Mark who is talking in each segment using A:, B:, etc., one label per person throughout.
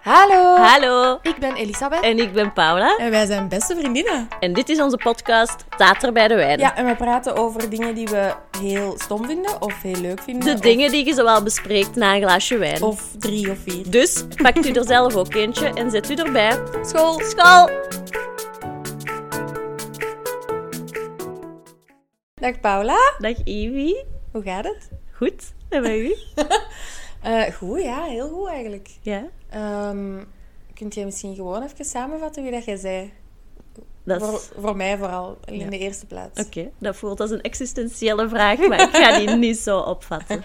A: Hallo,
B: Hallo,
A: ik ben Elisabeth
B: en ik ben Paula.
A: en wij zijn beste vriendinnen.
B: En dit is onze podcast Tater bij de Wijn.
A: Ja, en we praten over dingen die we heel stom vinden of heel leuk vinden.
B: de
A: of-
B: dingen die je zowel bespreekt na een glaasje wijn.
A: Of drie of vier.
B: Dus pakt u er zelf ook eentje en zet u erbij.
A: School.
B: School!
A: Dag Paula,
B: Dag Ivy.
A: hoe gaat het?
B: Goed, en bij u?
A: Eh, goed, ja, heel goed eigenlijk.
B: Ja,
A: Ehm, kunt jij misschien gewoon even samenvatten wie dat jij zei?
B: dat
A: Voor,
B: is...
A: voor mij vooral, in
B: Ja.
A: de eerste plaats.
B: Oké, dat voelt als een existentiële vraag, maar ik ga die niet zo opvatten.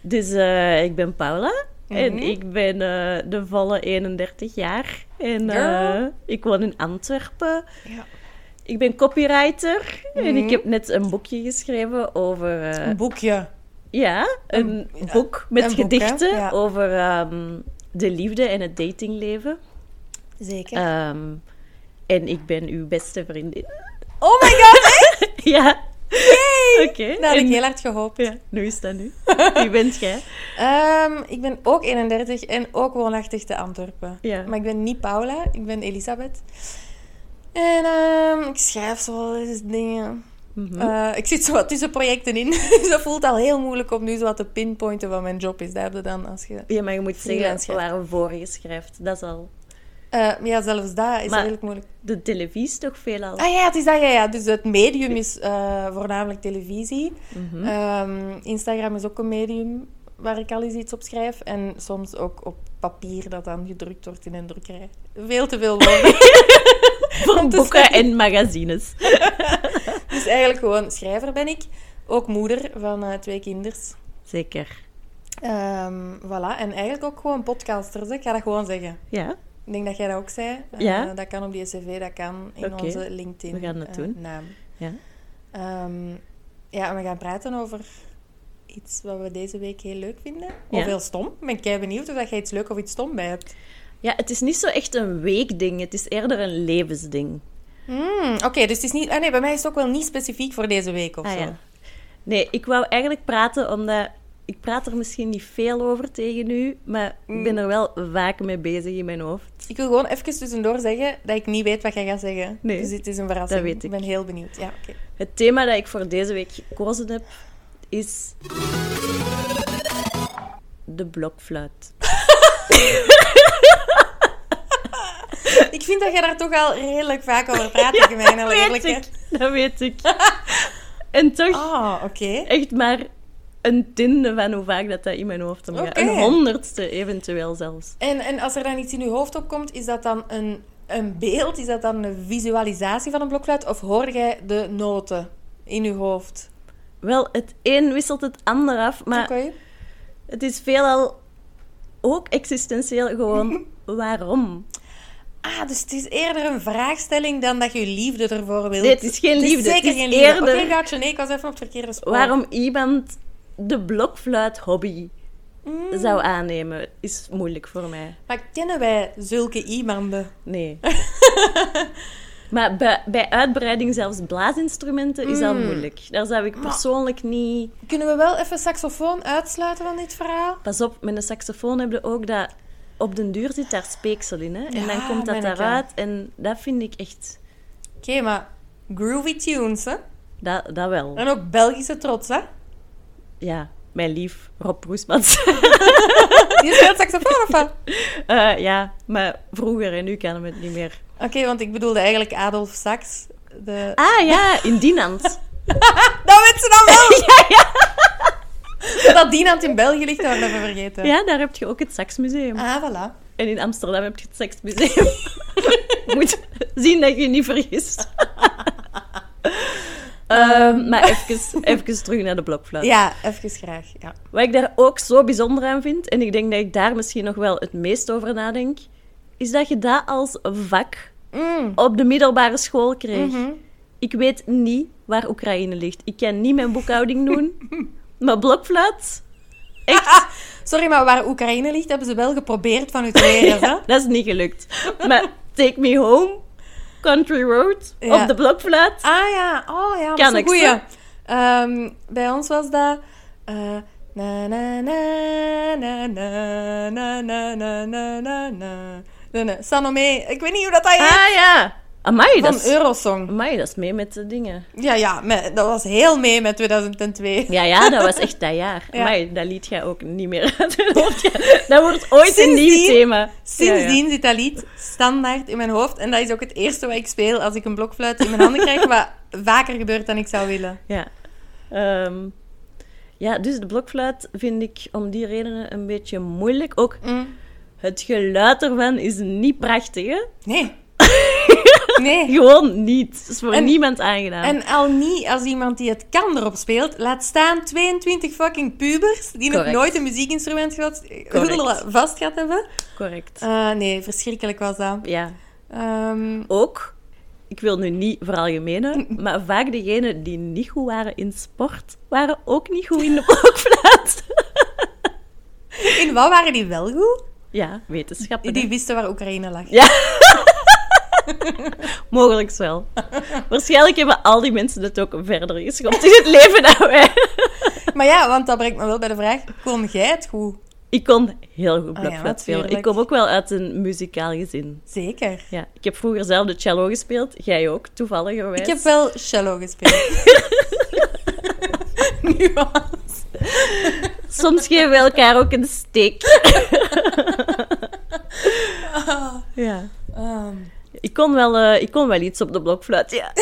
B: Dus eh, ik ben Paula en
A: Mhm.
B: ik ben eh, de volle 31 jaar. En eh,
A: Girl.
B: ik woon in Antwerpen.
A: Ja. Mhm.
B: Ik ben copywriter en ik heb net een boekje geschreven over... eh,
A: Een boekje.
B: ja, een
A: Een-
B: boek met
A: een boek, hè?
B: gedichten
A: Ja.
B: over ehm, de liefde en het datingleven.
A: Zeker.
B: Ehm, en ik ben uw beste vriendin.
A: Oh my god,
B: ja. Oké.
A: dat had Nou, ik
B: en-
A: heel hard gehoopt.
B: Ja, nu is dat nu. Wie bent jij?
A: Ehm, ik ben ook 31 en ook woonachtig te Antwerpen.
B: Ja.
A: Maar ik ben niet Paula, ik ben Elisabeth. En ehm, ik schrijf zo wel eens dingen.
B: Mhm.
A: Eh, ik zit zo wat tussen projecten in. dus dat voelt al heel moeilijk om nu zo wat te pinpointen wat mijn job is. Daar heb je dan als je...
B: ja, maar je moet zeggen
A: freelancer.
B: waarvoor je schrijft. Dat is al...
A: Eh, ja, zelfs dat is
B: Maar-
A: redelijk moeilijk.
B: De televisie is toch veelal...
A: Ah ja, het is dat. Ja, ja. Dus het medium is eh, voornamelijk televisie.
B: Mhm.
A: Ehm, Instagram is ook een medium waar ik al eens iets op schrijf. En soms ook op papier dat dan gedrukt wordt in een drukkerij. Veel te veel woorden.
B: Voor
A: te
B: boeken
A: zeggen.
B: en magazines.
A: dus eigenlijk gewoon schrijver ben ik. Ook moeder van eh, twee kinders.
B: Zeker.
A: Ehm, voilà. En eigenlijk ook gewoon podcasters. hè. Ik ga dat gewoon zeggen.
B: Ja.
A: Ik denk dat jij dat ook zei. Eh,
B: Ja.
A: dat kan op die cv, dat kan in
B: Oké.
A: onze LinkedIn
B: We gaan dat
A: eh,
B: doen.
A: naam.
B: Ja.
A: Ehm, ja, en we gaan praten over iets wat we deze week heel leuk vinden.
B: Ja.
A: Of heel stom. Ik ben kei benieuwd of dat jij iets leuk of iets stom bij hebt.
B: Ja, het is niet zo echt een weekding. Het is eerder een levensding.
A: Hmm, Oké, dus het is niet... Ah nee, bij mij is het ook wel niet specifiek voor deze week of
B: Ah,
A: zo.
B: ja. Nee, ik wou eigenlijk praten omdat... Ik praat er misschien niet veel over tegen u, maar ik ben er wel vaak mee bezig in mijn hoofd.
A: Ik wil gewoon even tussendoor zeggen dat ik niet weet wat jij gaat zeggen.
B: Nee,
A: dus het is een verrassing.
B: dat weet ik.
A: ben heel benieuwd. Ja, oké.
B: Het thema dat ik voor deze week gekozen heb is. De blokfluit.
A: Ik vind dat jij daar toch al redelijk vaak over praat tegen mij. in alle
B: weet ik,
A: eerlijkheid.
B: dat weet ik. En toch
A: Ah, oké.
B: echt maar een tiende van hoe vaak dat, dat in mijn hoofd omgaat.
A: Oké.
B: Een honderdste eventueel zelfs.
A: En, en als er dan iets in je hoofd opkomt, is dat dan een, een beeld? Is dat dan een visualisatie van een blokfluit? Of hoor jij de noten in je hoofd?
B: Wel, het een wisselt het ander af, maar
A: Oké.
B: het is veelal ook existentieel gewoon waarom.
A: Ah, dus het is eerder een vraagstelling dan dat je liefde ervoor wil.
B: Nee, het is geen liefde,
A: zeker
B: het is
A: geen liefde.
B: eerder-
A: Oké, gaatje, nee, ik was even op het verkeerde spoor.
B: Waarom iemand de blokfluit hobby
A: Mm.
B: zou aannemen, is moeilijk voor mij.
A: Maar kennen wij zulke iemanden?
B: Nee. maar bij, bij uitbreiding zelfs blaasinstrumenten is al moeilijk. Daar zou ik persoonlijk niet...
A: Kunnen we wel even saxofoon uitsluiten van dit verhaal?
B: Pas op, met een saxofoon heb je ook dat... Op den duur zit daar speeksel in, hè. En
A: Ja,
B: dan komt dat
A: manneke.
B: daaruit. En dat vind ik echt...
A: Oké, maar groovy tunes, hè?
B: Dat, dat wel.
A: En ook Belgische trots, hè?
B: Ja, mijn lief Rob Roesmans.
A: Die speelt saxofoon of wat?
B: Eh, ja, maar vroeger en nu kan hem het niet meer.
A: Oké, want ik bedoelde eigenlijk Adolf Sax. De...
B: Ah ja, in Dinant.
A: Dat weet ze dan wel! Dat Dinant in België ligt, dat we even vergeten.
B: Ja, daar heb je ook het Saxmuseum.
A: Ah, voilà.
B: En in Amsterdam heb je het seksmuseum. Je Moet zien dat je je niet vergist.
A: Eh.
B: Ehm, maar even, even terug naar de blokfluit.
A: Ja, even graag. Ja.
B: Wat ik daar ook zo bijzonder aan vind, en ik denk dat ik daar misschien nog wel het meest over nadenk, is dat je dat als vak
A: Mm.
B: op de middelbare school kreeg.
A: Mhm.
B: Ik weet niet waar Oekraïne ligt. Ik kan niet mijn boekhouding doen. maar blokfluit,
A: Ah, Sorry, maar waar Oekraïne ligt, hebben ze wel geprobeerd van u te leren, hè?
B: dat is niet gelukt. Maar Take Me Home, Country Road,
A: Ja.
B: op de blokfluit.
A: Ah ja, oh ja, dat
B: Kan
A: is een
B: ik
A: goeie.
B: ze?
A: Ehm, bij ons was dat... eh, Na na na na na na na na na na na. Nee, nee, Salome. Ik weet niet hoe dat dat heet.
B: Ah ja! Amai, dat
A: Van
B: is,
A: Eurosong.
B: amai, dat is mee met de dingen.
A: Ja, ja. me- dat was heel mee met 2002.
B: Ja, ja, dat was echt dat jaar.
A: Ja.
B: Amai, dat lied gaat ook niet meer uit hun hoofd gaan. Dat wordt ooit een nieuw
A: Sindsdien-
B: thema.
A: Sindsdien zit dat lied standaard in mijn hoofd. En dat is ook het eerste wat ik speel als ik een blokfluit in mijn handen krijg. Wat vaker gebeurt dan ik zou willen.
B: Ja, ja. Ja. Ehm, ja, dus de blokfluit vind ik om die redenen een beetje moeilijk. Ook
A: Mm.
B: het geluid ervan is niet prachtig, hè?
A: Nee. Nee.
B: Gewoon niet. Het is voor
A: En-
B: niemand aangenaam.
A: En al niet als iemand die het kan erop speelt. Laat staan 22 fucking pubers die nog
B: Correct.
A: nooit een muziekinstrument gehad,
B: Correct.
A: vast gehad hebben.
B: Correct.
A: Eh, nee, verschrikkelijk was dat.
B: Ja,
A: Ehm,
B: ook, ik wil nu niet veralgemenen, maar vaak degenen die niet goed waren in sport, waren ook niet goed in de blokfluit.
A: in wat waren die wel goed?
B: Ja, wetenschappen. hè.
A: Die wisten waar Oekraïne lag.
B: Mogelijk wel. Waarschijnlijk hebben al die mensen het ook verder geschopt in het leven dan wij.
A: Maar ja, want dat brengt me wel bij de vraag, kon jij het goed?
B: Ik kon heel goed
A: Oh ja,
B: blokfluit spelen. Ik
A: natuurlijk.
B: kom ook wel uit een muzikaal gezin.
A: Zeker.
B: Ja, ik heb vroeger zelf de cello gespeeld. Jij ook, toevalligerwijs.
A: Ik heb wel cello gespeeld. Nuance.
B: Soms geven we elkaar ook een steek. Ja.
A: Ah, Ehm,
B: Ik kon, wel, eh, ik kon wel iets op de blokfluit, ja.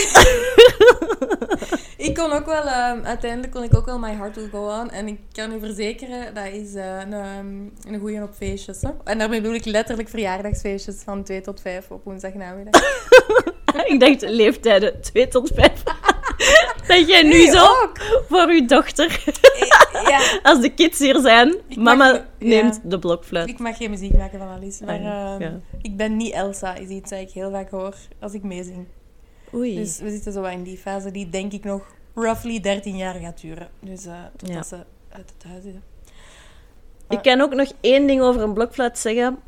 A: ik kon ook wel, ehm, uiteindelijk kon ik ook wel My Heart Will Go On. En ik kan u verzekeren, dat is eh, een, ehm, een goeie op feestjes. Hè? En daarmee bedoel ik letterlijk verjaardagsfeestjes van 2 tot 5 op woensdagnamiddag.
B: ik dacht leeftijden 2 tot 5. Dat jij nu
A: Nee,
B: zo
A: ook.
B: voor uw dochter,
A: Ik- ja,
B: als de kids hier zijn,
A: Ik
B: mama
A: mag- ja.
B: neemt de blokfluit.
A: Ik mag geen muziek maken van Alice, maar
B: Ah,
A: ehm,
B: ja.
A: ik ben niet Elsa, is iets dat ik heel vaak hoor als ik meezing.
B: Oei.
A: Dus we zitten zo wat in die fase die denk ik nog roughly 13 jaar gaat duren. Dus eh totdat
B: Ja.
A: ze uit het huis Eh, is.
B: Ik kan ook nog één ding over een blokfluit zeggen.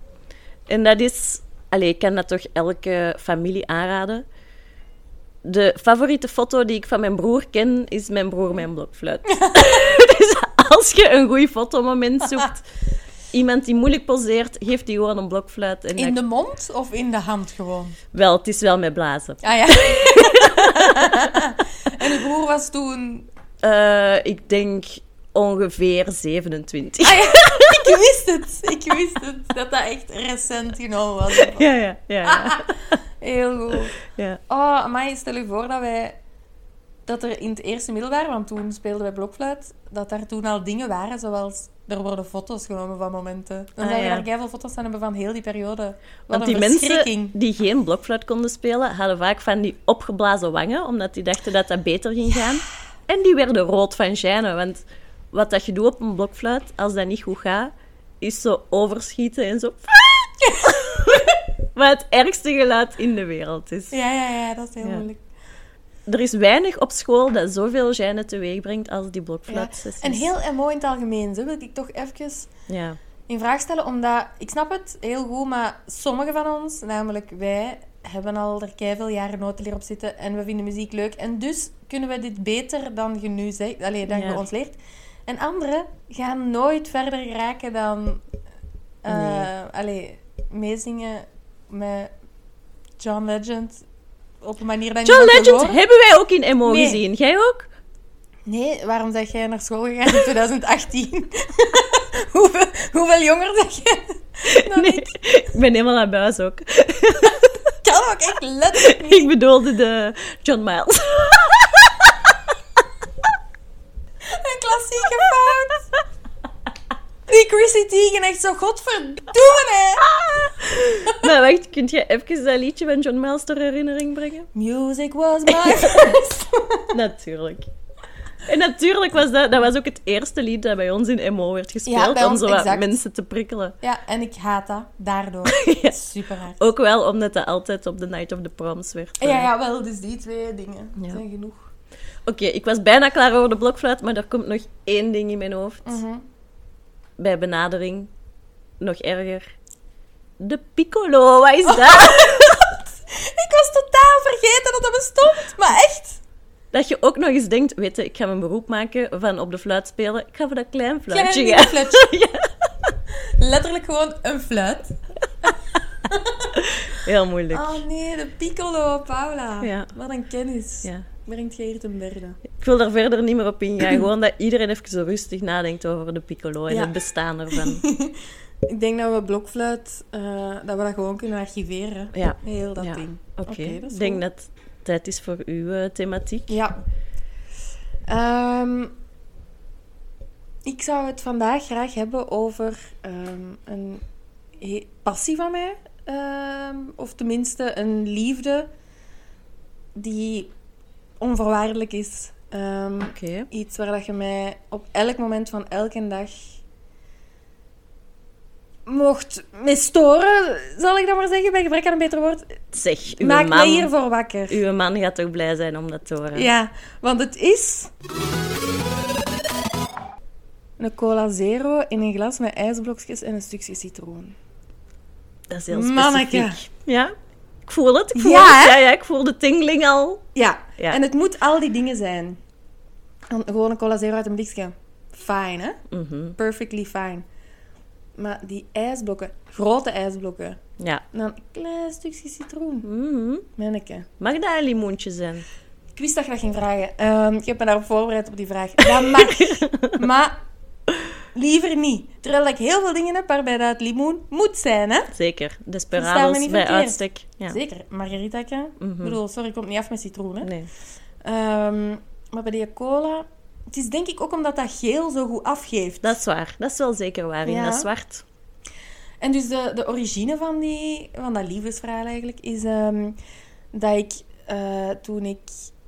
B: En dat is... Allee, ik kan dat toch elke familie aanraden. De favoriete foto die ik van mijn broer ken, is mijn broer mijn blokfluit. dus als je een goed fotomoment zoekt... Iemand die moeilijk poseert, geeft die gewoon een blokfluit. En
A: In
B: dat-
A: de mond of in de hand gewoon?
B: Wel, het is wel met blazen.
A: Ah ja. en uw broer was toen...
B: Eh, ik denk ongeveer 27.
A: Ah ja, ik wist het. Ik wist het. Dat dat echt recent genomen was.
B: Ja, ja, ja. ja,
A: Heel goed.
B: ja.
A: Oh, amai, stel u voor dat wij... Dat er in het eerste middelbaar, want toen speelden wij blokfluit, dat daar toen al dingen waren, zoals... Er worden foto's genomen van momenten. Dan
B: Ah,
A: zou je
B: ja.
A: daar keiveel foto's aan hebben van heel die periode. Wat
B: Want
A: een
B: die mensen
A: verschrikking.
B: die geen blokfluit konden spelen, hadden vaak van die opgeblazen wangen, omdat die dachten dat dat beter ging gaan. En die werden rood van gêne, want wat dat je doet op een blokfluit, als dat niet goed gaat, is zo overschieten en zo... Wat het ergste geluid in de wereld is.
A: Ja, ja, ja, dat is heel
B: Ja.
A: moeilijk.
B: Er is weinig op school dat zoveel gêne teweeg brengt als die
A: Ja.
B: blokfluitsessies.
A: En heel en mooi in het algemeen, zo wil ik toch even...
B: Ja.
A: in vraag stellen, omdat ik snap het heel goed, maar sommigen van ons, namelijk wij, hebben al er keiveel jaren notenleer op zitten en we vinden muziek leuk. En dus kunnen we dit beter dan je nu zegt, alleen dan je
B: Ja.
A: ons leert. En anderen gaan nooit verder raken dan eh allee, meezingen met John Legend op een manier dat je
B: John
A: niet wil
B: Legend
A: horen.
B: hebben wij ook in Emo
A: Nee.
B: gezien. Jij ook?
A: Nee, waarom zeg jij naar school gegaan in 2018? hoeveel, hoeveel jonger zeg jij dan
B: Nee.
A: ik?
B: Ik ben helemaal aan buis ook.
A: kan ook echt letterlijk niet.
B: Ik bedoelde de John Miles.
A: Een klassieke fout. Die Chrissy Teigen echt zo godverdomme, hè.
B: Maar wacht, kunt je even dat liedje van John Miles ter herinnering brengen?
A: Music was my first.
B: Natuurlijk. En natuurlijk was dat, dat was ook het eerste lied dat bij ons in MO werd
A: Ja,
B: gespeeld,
A: bij
B: om
A: ons,
B: zo wat
A: exact.
B: mensen te prikkelen.
A: Ja, en ik haat dat. Daardoor. Super hard.
B: Ook wel omdat dat altijd op de Night of the Proms werd. eh.
A: Ja, ja, wel, dus die twee dingen
B: Ja.
A: zijn genoeg.
B: Oké, ik was bijna klaar over de blokfluit, maar er komt nog één ding in mijn hoofd.
A: Mm. Mhm.
B: Bij benadering, nog erger. De piccolo, wat is
A: Oh,
B: dat?
A: Ik was totaal vergeten dat dat bestond, maar echt.
B: Dat Dat je ook nog eens denkt, weet je, ik ga mijn beroep maken van op de fluit spelen. Ik ga voor dat klein
A: Klein
B: fluitje
A: mini
B: gaan.
A: fluitje. Letterlijk gewoon een fluit.
B: Heel moeilijk.
A: Oh nee, de piccolo, Paula.
B: Ja.
A: Wat een kennis.
B: Ja.
A: Brengt je hier ten berde.
B: Ik wil daar verder niet meer op ingaan. Gewoon dat iedereen even zo rustig nadenkt over de piccolo en
A: Ja.
B: het bestaan ervan.
A: Ik denk dat we blokfluit, eh, dat we dat gewoon kunnen archiveren.
B: Ja.
A: Heel dat
B: Ja.
A: ding.
B: Oké,
A: Oké, dat is
B: ik denk
A: goed.
B: dat het tijd is voor uw eh, thematiek.
A: Ja. Ehm, ik zou het vandaag graag hebben over ehm, een he- passie van mij. ehm, of tenminste een liefde die onvoorwaardelijk is. Ehm,
B: Oké.
A: iets waar dat je mij op elk moment van elke dag mocht mee storen, zal ik dat maar zeggen, bij gebrek aan een beter woord.
B: Zeg, uw
A: Maak mij
B: man,
A: hiervoor wakker.
B: uw man gaat toch blij zijn om dat te horen?
A: Ja, want het is. Een cola zero in een glas met ijsblokjes en een stukje citroen.
B: Dat is heel specifiek.
A: Manneke.
B: Ja, ik voel het. Ik voel
A: Ja,
B: het.
A: hè?
B: Ja, ja, ik voel de tingling al.
A: Ja,
B: Ja.
A: en het moet al die dingen zijn. En Gewoon een cola zero uit een blikje. Fijn, hè?
B: Mhm.
A: Perfectly fine. Maar die ijsblokken, grote ijsblokken.
B: Ja.
A: En dan een klein stukje citroen.
B: Mhm.
A: Menneke.
B: Mag dat een limoentje zijn?
A: Ik wist dat je dat ging vragen. Ehm, ik heb me daarop voorbereid op die vraag. Dat mag, maar liever niet. Terwijl ik heel veel dingen heb waarbij dat het limoen moet zijn, hè?
B: Zeker.
A: Verstaan we
B: Desperados
A: niet
B: bij
A: verkeerd.
B: uitstek. Ja.
A: Zeker, margarita. Ik
B: Mhm.
A: bedoel, sorry, ik kom niet af met citroen, hè?
B: Nee.
A: Ehm, maar bij die cola... Het is denk ik ook omdat dat geel zo goed afgeeft.
B: Dat is waar. Dat is wel zeker waar.
A: Ja.
B: In dat zwart.
A: En dus de, de origine van, die, van dat liefdesverhaal eigenlijk is ehm, dat ik eh, toen ik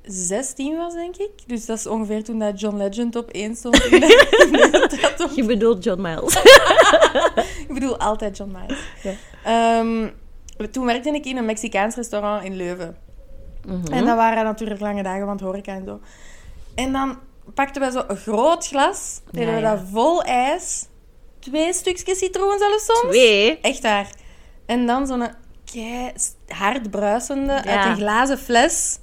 A: 16 was, denk ik. Dus dat is ongeveer toen dat John Legend op één stond. in de- in de top
B: Je bedoelt John Miles.
A: Ik bedoel altijd John Miles.
B: Ja.
A: Ehm, toen werkte ik in een Mexicaans restaurant in Leuven.
B: Mhm.
A: En dat waren natuurlijk lange dagen, want horeca en zo. En dan pakten we zo een groot glas, deden
B: Ja,
A: we
B: ja.
A: dat vol ijs. Twee stukjes citroen zelfs soms.
B: Twee.
A: Echt waar. En dan zo'n kei hard bruisende, uit
B: Ja.
A: een glazen fles,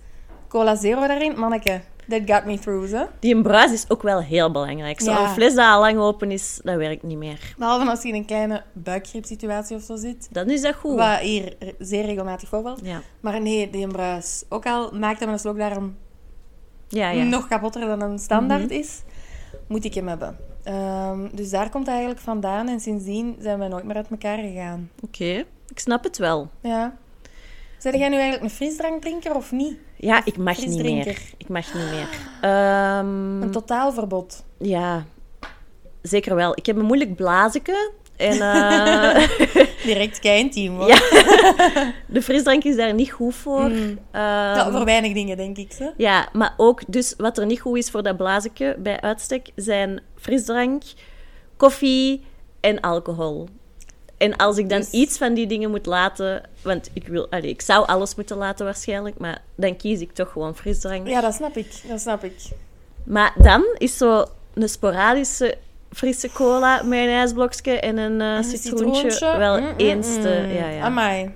A: cola zero daarin. Manneke, that got me through, hè.
B: Die bruis is ook wel heel belangrijk. Zo'n
A: Ja.
B: fles dat al lang open is, dat werkt niet meer.
A: Behalve als je in een kleine buikgriepsituatie of zo zit.
B: Dan is dat goed.
A: Wat hier zeer regelmatig voorvalt.
B: Ja.
A: Maar nee, die bruis. Ook al maakt hem een slok daarom
B: Ah, Ja, Mhm. ja.
A: nog kapotter dan een standaard is, moet ik hem hebben. Ehm, dus daar komt hij eigenlijk vandaan. En sindsdien zijn we nooit meer uit elkaar gegaan.
B: Oké. Ik snap het wel.
A: Ja. Zijn jij nu eigenlijk een frisdrankdrinker of niet?
B: Ja, ik mag niet meer.
A: Frisdrinker.
B: Ik mag niet meer. Ehm,
A: Een totaalverbod.
B: ja. Zeker wel. Ik heb een moeilijk blazeke. En eh,
A: Direct kei intiem, hoor.
B: Ja. de frisdrank is daar niet goed voor. Ehm,
A: Mm. Ja, voor weinig dingen, denk ik. Zo.
B: Ja, maar ook dus wat er niet goed is voor dat blazeke bij uitstek zijn frisdrank, koffie en alcohol. En als ik dan
A: Dus-
B: iets van die dingen moet laten, want ik, wil, allee, ik zou alles moeten laten waarschijnlijk, maar dan kies ik toch gewoon frisdrank.
A: Ja, dat snap ik. Dat snap ik.
B: Maar dan is zo een sporadische frisse cola met een ijsblokje en een eh,
A: Een
B: citroentje, wel
A: Mm, mm,
B: eens te...
A: mm.
B: Ja, ja.
A: Amai.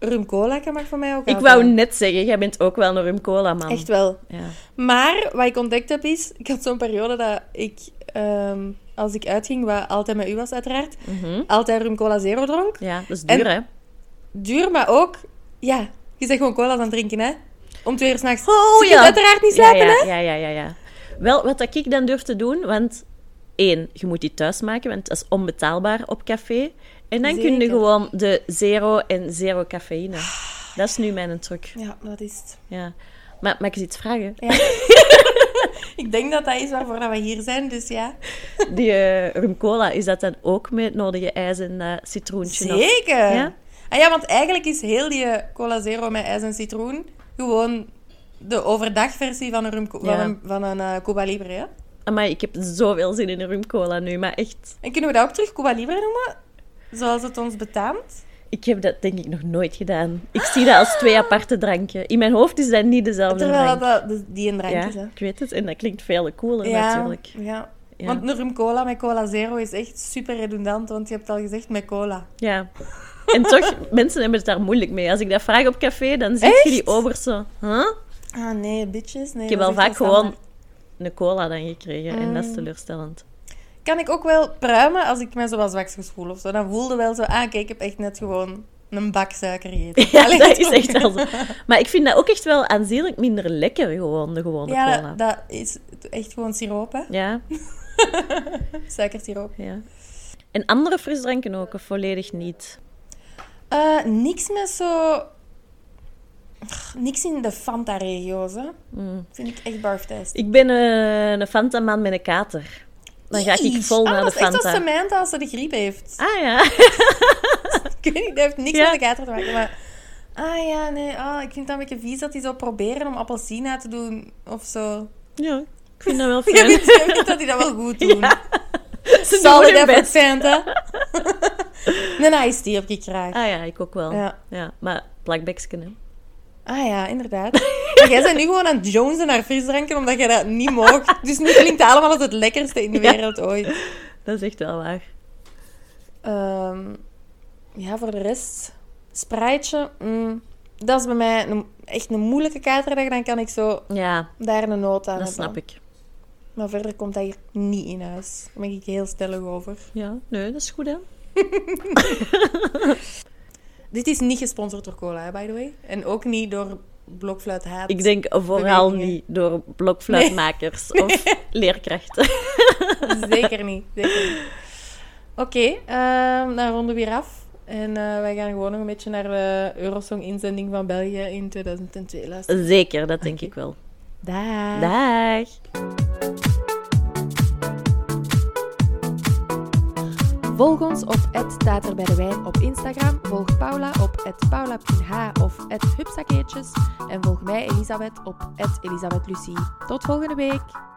A: Rum cola mag voor mij ook
B: Ik
A: aanvallen.
B: wou net zeggen, jij bent ook wel een rum cola man.
A: Echt wel.
B: Ja.
A: Maar wat ik ontdekt heb is, ik had zo'n periode dat ik, ehm, als ik uitging, wat altijd met u was uiteraard,
B: Mhm.
A: altijd rum cola zero dronk.
B: ja, dat is
A: En-
B: duur hè.
A: Duur, maar ook, ja, je zegt gewoon cola aan het drinken, hè? Om twee uur s'nachts.
B: Oh,
A: je kunt
B: ja.
A: uiteraard niet slapen,
B: ja,
A: hè?
B: ja, ja, ja, ja. Wel, wat dat ik dan durf te doen, want één, je moet die thuis maken, want dat is onbetaalbaar op café. En dan kun je
A: Zeker.
B: gewoon de zero en zero cafeïne. Dat is nu mijn truc.
A: Ja, dat is het.
B: Ja. Maar mag ik eens iets vragen?
A: Ik denk dat dat is waarvoor dat we hier zijn, dus ja.
B: Die eh, rum cola, is dat dan ook met het nodige ijs en eh, citroentje? nog?
A: Zeker!
B: Ja?
A: Ah ja, want eigenlijk is heel die eh, cola zero met ijs en citroen gewoon de overdagversie van een, rum, co- van
B: Ja.
A: een, van een eh, Cuba Libre, hè?
B: Amai, ik heb zoveel zin in een rum cola nu, maar echt...
A: En kunnen we dat ook terug Cuba Libre noemen? Zoals het ons betaamt?
B: Ik heb dat denk ik nog nooit gedaan. Ik zie dat als twee aparte dranken. In mijn hoofd is dat niet dezelfde drank.
A: Terwijl dat de- die een drank
B: Ja,
A: is, hè?
B: ik weet het. En dat klinkt veel cooler natuurlijk.
A: ja.
B: Ja.
A: Want een rum cola met cola zero is echt super redundant, want je hebt het al gezegd met cola.
B: Ja. En toch, mensen hebben het daar moeilijk mee. Als ik dat vraag op café, dan zie je die
A: Echt?
B: oberste. Huh?
A: Ah, nee, bitches. Nee,
B: Ik heb
A: dat Ah.
B: al
A: is echt
B: vaak
A: wel
B: gewoon
A: standaard.
B: een cola dan gekregen en dat is teleurstellend.
A: Kan ik ook wel pruimen als ik me zo was wakker voel of zo? Dan voelde wel zo, ah, kijk, ik heb echt net gewoon een bak suiker gegeten.
B: Ja,
A: Allee,
B: dat is
A: toch?
B: echt wel zo. Maar ik vind dat ook echt wel aanzienlijk minder lekker, gewoon, de gewone
A: Ja,
B: cola.
A: dat, dat is echt gewoon siroop, hè?
B: Ja,
A: Suikersiroop.
B: ja. En andere frisdranken ook, of volledig niet?
A: Eh, niks met zo... Ugh, niks in de Fanta-regio's, hè?
B: Mm.
A: Vind ik echt barftest.
B: Ik ben eh, een Fanta-man met een kater. Dan ga ik
A: Eesh.
B: vol
A: Ah,
B: naar de
A: dat is echt
B: Fanta.
A: als Samantha als ze de griep heeft.
B: Ah ja.
A: Ik weet niet, dat heeft niks
B: Ah. Ja.
A: met de kater te maken, maar... Ah ja, nee, ah, ik vind dat een beetje vies dat die zo proberen om appelsina te doen of zo.
B: ja, ik vind dat wel
A: Je
B: fijn.
A: weet, je weet dat die dat wel goed doen.
B: Ze doen
A: Solid
B: hun
A: effort,
B: best.
A: Santa. een iced tea heb ik graag.
B: Ah ja, ik ook wel.
A: Ja.
B: Ja. maar plakbeksken, hè.
A: Ah ja, inderdaad. Maar jij bent nu gewoon aan het jonesen naar frisdranken, omdat jij dat niet mocht. Dus nu klinkt het allemaal als het lekkerste in de
B: Ja.
A: wereld ooit.
B: Dat is echt wel waar.
A: Ehm, ja, voor de rest... Spruitje. mm, dat is bij mij een- echt een moeilijke katerdag. Dan kan ik zo
B: Ja,
A: daar een noot aan
B: dat
A: hebben.
B: snap ik.
A: Maar verder komt dat hier niet in huis. Daar ben ik heel stellig over.
B: Ja, nee, dat is goed, hè.
A: Dit is niet gesponsord door cola, hè, by the way. En ook niet door Blokfluit Haat.
B: Ik denk vooral
A: Bewegingen.
B: niet door blokfluitmakers of leerkrachten.
A: Zeker niet. Zeker niet. Oké, ehm, dan ronden we hier af. En eh, wij gaan gewoon nog een beetje naar de Eurosong-inzending van België in 2002 luisteren.
B: Zeker, dat denk ik wel.
A: Daag.
B: Dag.
A: Volg ons op Tater bij de Wijn op Instagram. Volg Paula op paula.h of hupsakeertjes. En volg mij, Elisabeth, op Elisabeth Lucie. Tot volgende week!